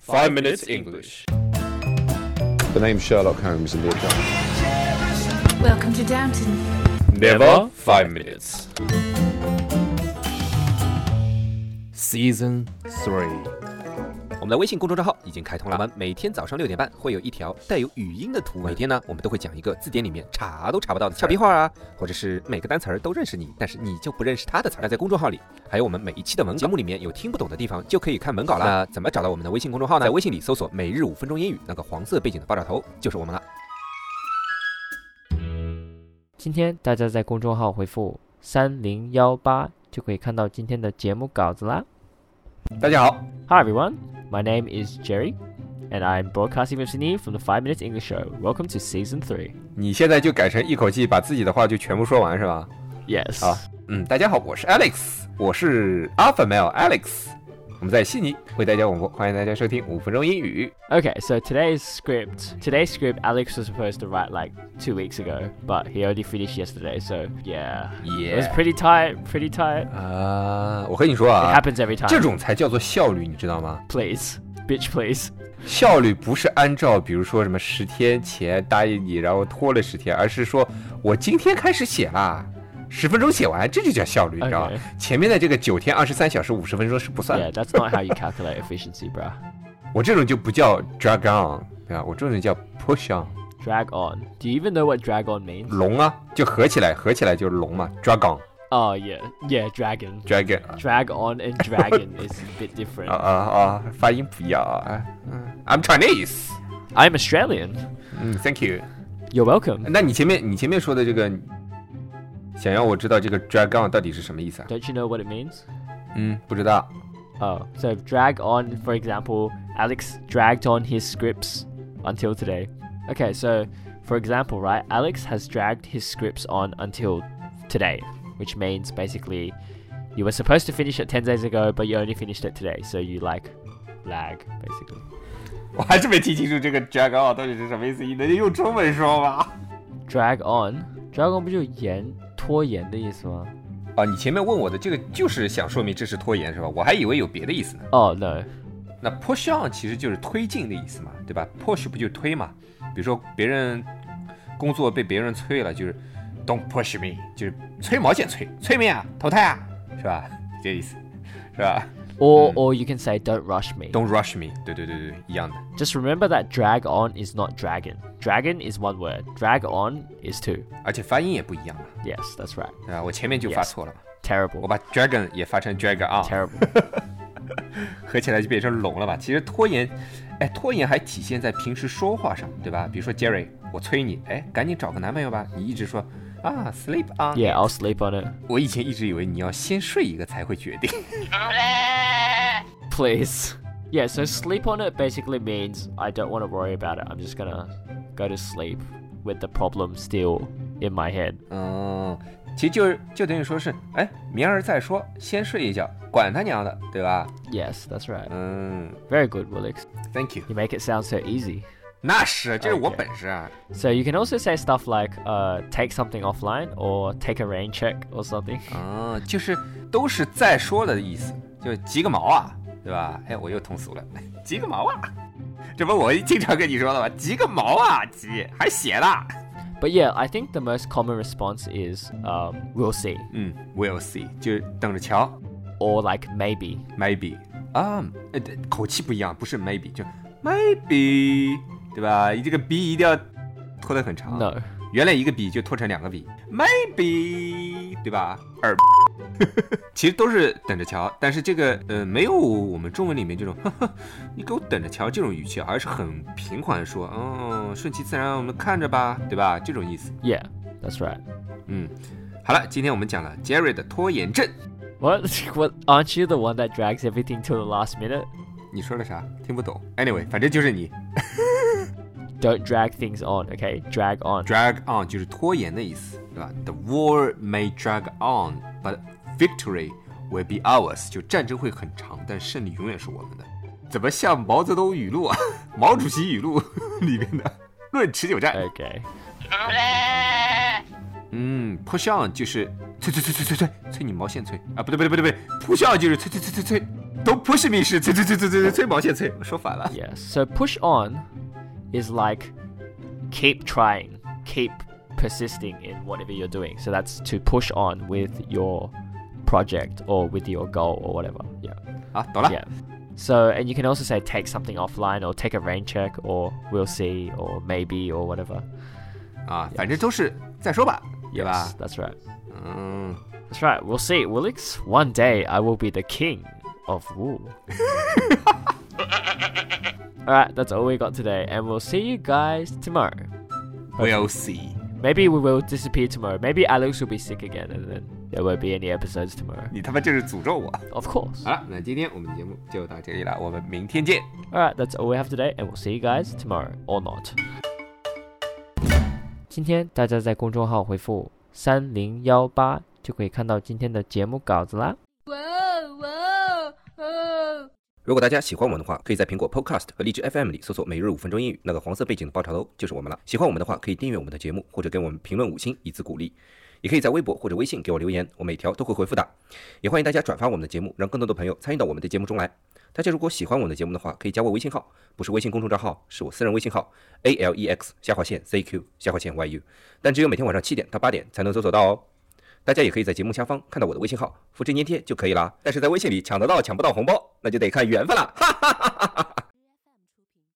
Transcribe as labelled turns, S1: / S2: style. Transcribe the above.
S1: Five Minutes English.
S2: The name Sherlock Holmes in the account.
S3: Welcome to Downton.
S1: Never five minutes.
S4: Season Three，
S5: 我们的微信公众账号已经开通了，我们每天早上六点半会有一条带有语音的图文。每天呢，我们都会讲一个字典里面查都查不到的俏皮话啊，或者是每个单词儿都认识你，但是你就不认识它的词儿。那在公众号里，还有我们每一期的文稿节目里面有听不懂的地方，就可以看文稿啦。那怎么找到我们的微信公众号呢？在微信里搜索“每日五分钟英语”，那个黄色背景的爆炸头就是我们了。
S6: 今天大家在公众号回复三零幺八就可以看到今天的节目稿子啦。
S1: 大家好，
S6: Hi everyone, my name is Jerry, and I'm broadcasting from Sydney from the Five Minutes English Show. Welcome to Season Three.
S5: 你现在就改成一口气把自己的话就全部说完是吧？
S6: Yes.
S5: 啊嗯，大家好，我是 Alex，我是 Alpha Male Alex，我们在悉尼为大家广播，欢迎大家收听五分钟英语。
S6: Okay, so today's script, today's script, Alex was supposed to write like two weeks ago, but he only finished yesterday. So yeah, it was
S5: Yeah，Uh,
S6: pretty tight, pretty tight.
S5: 啊，我和你说
S6: It
S5: 啊，
S6: happens every time.
S5: 这种才叫做效率，你知道吗？
S6: Please, bitch, please.
S5: 效率不是按照比如说什么十天前答应你，然后拖了十天，而是说我今天开始写啦，十分钟写完，这就叫效率，你知道吗
S6: Okay.？
S5: 前面的这个九天二十三小时五十分钟是不算的
S6: Yeah, that's not how you calculate efficiency, bruh.
S5: 我这种就不叫 drag on，对吧？我这种叫 push on，
S6: Drag on. Do you even know what drag on means?
S5: 龙啊，就合起来，合起来就是龙嘛，drag
S6: Oh yeah, yeah, dragon.
S5: on，dragon。
S6: Drag on and dragon is a bit different.
S5: 啊啊啊！发音不一样啊！嗯，I'm Chinese。
S6: I'm Australian.
S5: 嗯，Thank you。
S6: You're welcome.
S5: 那你前面你前面说的这个，想要我知道这个 drag on 到底是什么意思啊？
S6: Don't you know what it means?
S5: 嗯，不知道。
S6: Oh, so drag on, for example, Alex dragged on his scripts until today. Okay, so for example, right, Alex has dragged his scripts on until today, which means basically you were supposed to finish it 10 days ago, but you only finished it today, so you like lag, basically.
S5: 我还是没听清楚这个 drag on 到底是什么意思。你能用中文说吗？
S6: Drag on, drag on 不就延拖延的意思吗？
S5: 啊，你前面问我的这个就是想说明这是拖延是吧？我还以为有别的意思呢。
S6: Oh no,
S5: 那 push on 其实就是推进的意思嘛，对吧？push 不就推嘛？比如说别人工作被别人催了，就是 don't push me，就是催毛线催，催命啊，淘汰啊，是吧？这意思是吧
S6: Or or you can say don't rush me.
S5: ？Don't rush me，对对对对，一样的。
S6: Just remember that drag on is not dragon. Dragon is one word. Drag on is two.
S5: 而且发音也不一样嘛，
S6: Yes, that's right.
S5: 对吧？我前面就发错了嘛我
S6: Terrible.
S5: 把 dragon 也发成 drag on，
S6: Terrible.
S5: 合起来就变成龙了吧？其实拖延，哎，拖延还体现在平时说话上，对吧？比如说 Jerry，我催你，哎，赶紧找个男朋友吧，你一直说啊 sleep on
S6: Yeah,
S5: it
S6: I'll sleep on it.
S5: 我以前一直以为你要先睡一个才会决定。
S6: Please. Yeah, so sleep on it basically means I don't want to worry about it. I'm just gonna go to sleep with the problem still in my head.
S5: 嗯，其实就是就等于说是，哎，明儿再说，先睡一觉，管他娘的，对吧？
S6: Yes, that's right.
S5: Uh. 嗯
S6: Very good, Willix.
S5: ，Thank you。
S6: You make it sound so easy.
S5: 那是，这是我本事啊。
S6: So you can also say stuff like uh, take something offline or take a rain check or something.
S5: 嗯，就是都是再说的意思，就是急个毛啊，对吧？哎，我又通俗了， 急个毛啊！这不我经常跟你说的吗？急个毛啊，急还写呢。
S6: But yeah, I think the most common response is um, we'll see
S5: 嗯，We'll see，就是等着瞧。
S6: or like maybe.
S5: maybe 啊，呃，对口气不一样，不是 maybe 就 maybe，对吧？这个 b 一定要拖得很长。
S6: No.
S5: 原来一个 b 就拖成两个 b，maybe，对吧？二， 其实都是等着瞧，但是这个呃没有我们中文里面这种 呵呵，你给我等着瞧这种语气，而是很平缓说，嗯，顺其自然，我们看着吧，对吧？这种意思。
S6: Yeah, that's right.
S5: 嗯，好了，今天我们讲了 Jerry 的拖延症，
S6: What? what? Aren't you the one that drags everything till the last minute?
S5: 你说了啥？听不懂。Anyway，反正就是你。
S6: Don't drag things on, okay? Drag on.
S5: drag on 就是拖延的意思，对吧？The war may drag on, but victory will be ours。就战争会很长，但胜利永远是我们的。怎么像毛泽东语录啊，毛主席语录 里面的论持久战？
S6: okay.
S5: 嗯，push on 就是催催催催催催催你毛线催啊，不对不对不对不对，push on 就是催催催催催 Don't push me 是催催催催催催催毛线催，我说反了。
S6: Yes. So push on is like keep trying, keep persisting in whatever you're doing. So that's to push on with your project or with your goal or whatever. Yeah.
S5: 好，懂啊了。
S6: Yeah. So, and you can also say take something offline or take a rain check or we'll see or maybe or whatever.
S5: 啊，反正都是再说吧，对吧
S6: Yes,？that's right.
S5: 嗯，
S6: That's right. We'll see. Willix, one day I will be the king of Wu. Alright, that's all we got today, and we'll see you guys tomorrow.
S5: We'll see。
S6: Maybe we will disappear tomorrow. Maybe Alex will be sick again, and then there won't be any episodes tomorrow.
S5: 你他妈这是诅咒我！
S6: Of course.
S5: 好了，那今天我们节目就到这里了，我们明天见。
S6: Alright, that's all we have today, and we'll see you guys tomorrow or not. 今天大家在公众号回复三零幺八就可以看到今天的节目稿子啦。
S3: Whoa, whoa, oh. whoa.
S5: 如果大家喜欢我们的话，可以在苹果 Podcast 和荔枝 FM 里搜索“每日五分钟英语”，那个黄色背景的爆炒头就是我们了。喜欢我们的话，可以订阅我们的节目，或者给我们评论五星以资鼓励。也可以在微博或者微信给我留言，我每条都会回复的。也欢迎大家转发我们的节目，让更多的朋友参与到我们的节目中来。大家如果喜欢我们的节目的话，可以加我微信号，不是微信公众账号，是我私人微信号 a l e x 下划线 z q 下划线 y u，但只有每天晚上七点到八点才能搜索到哦。大家也可以在节目下方看到我的微信号，复制粘贴就可以了。但是在微信里抢得到抢不到红包，那就得看缘分了。哈哈哈哈哈哈。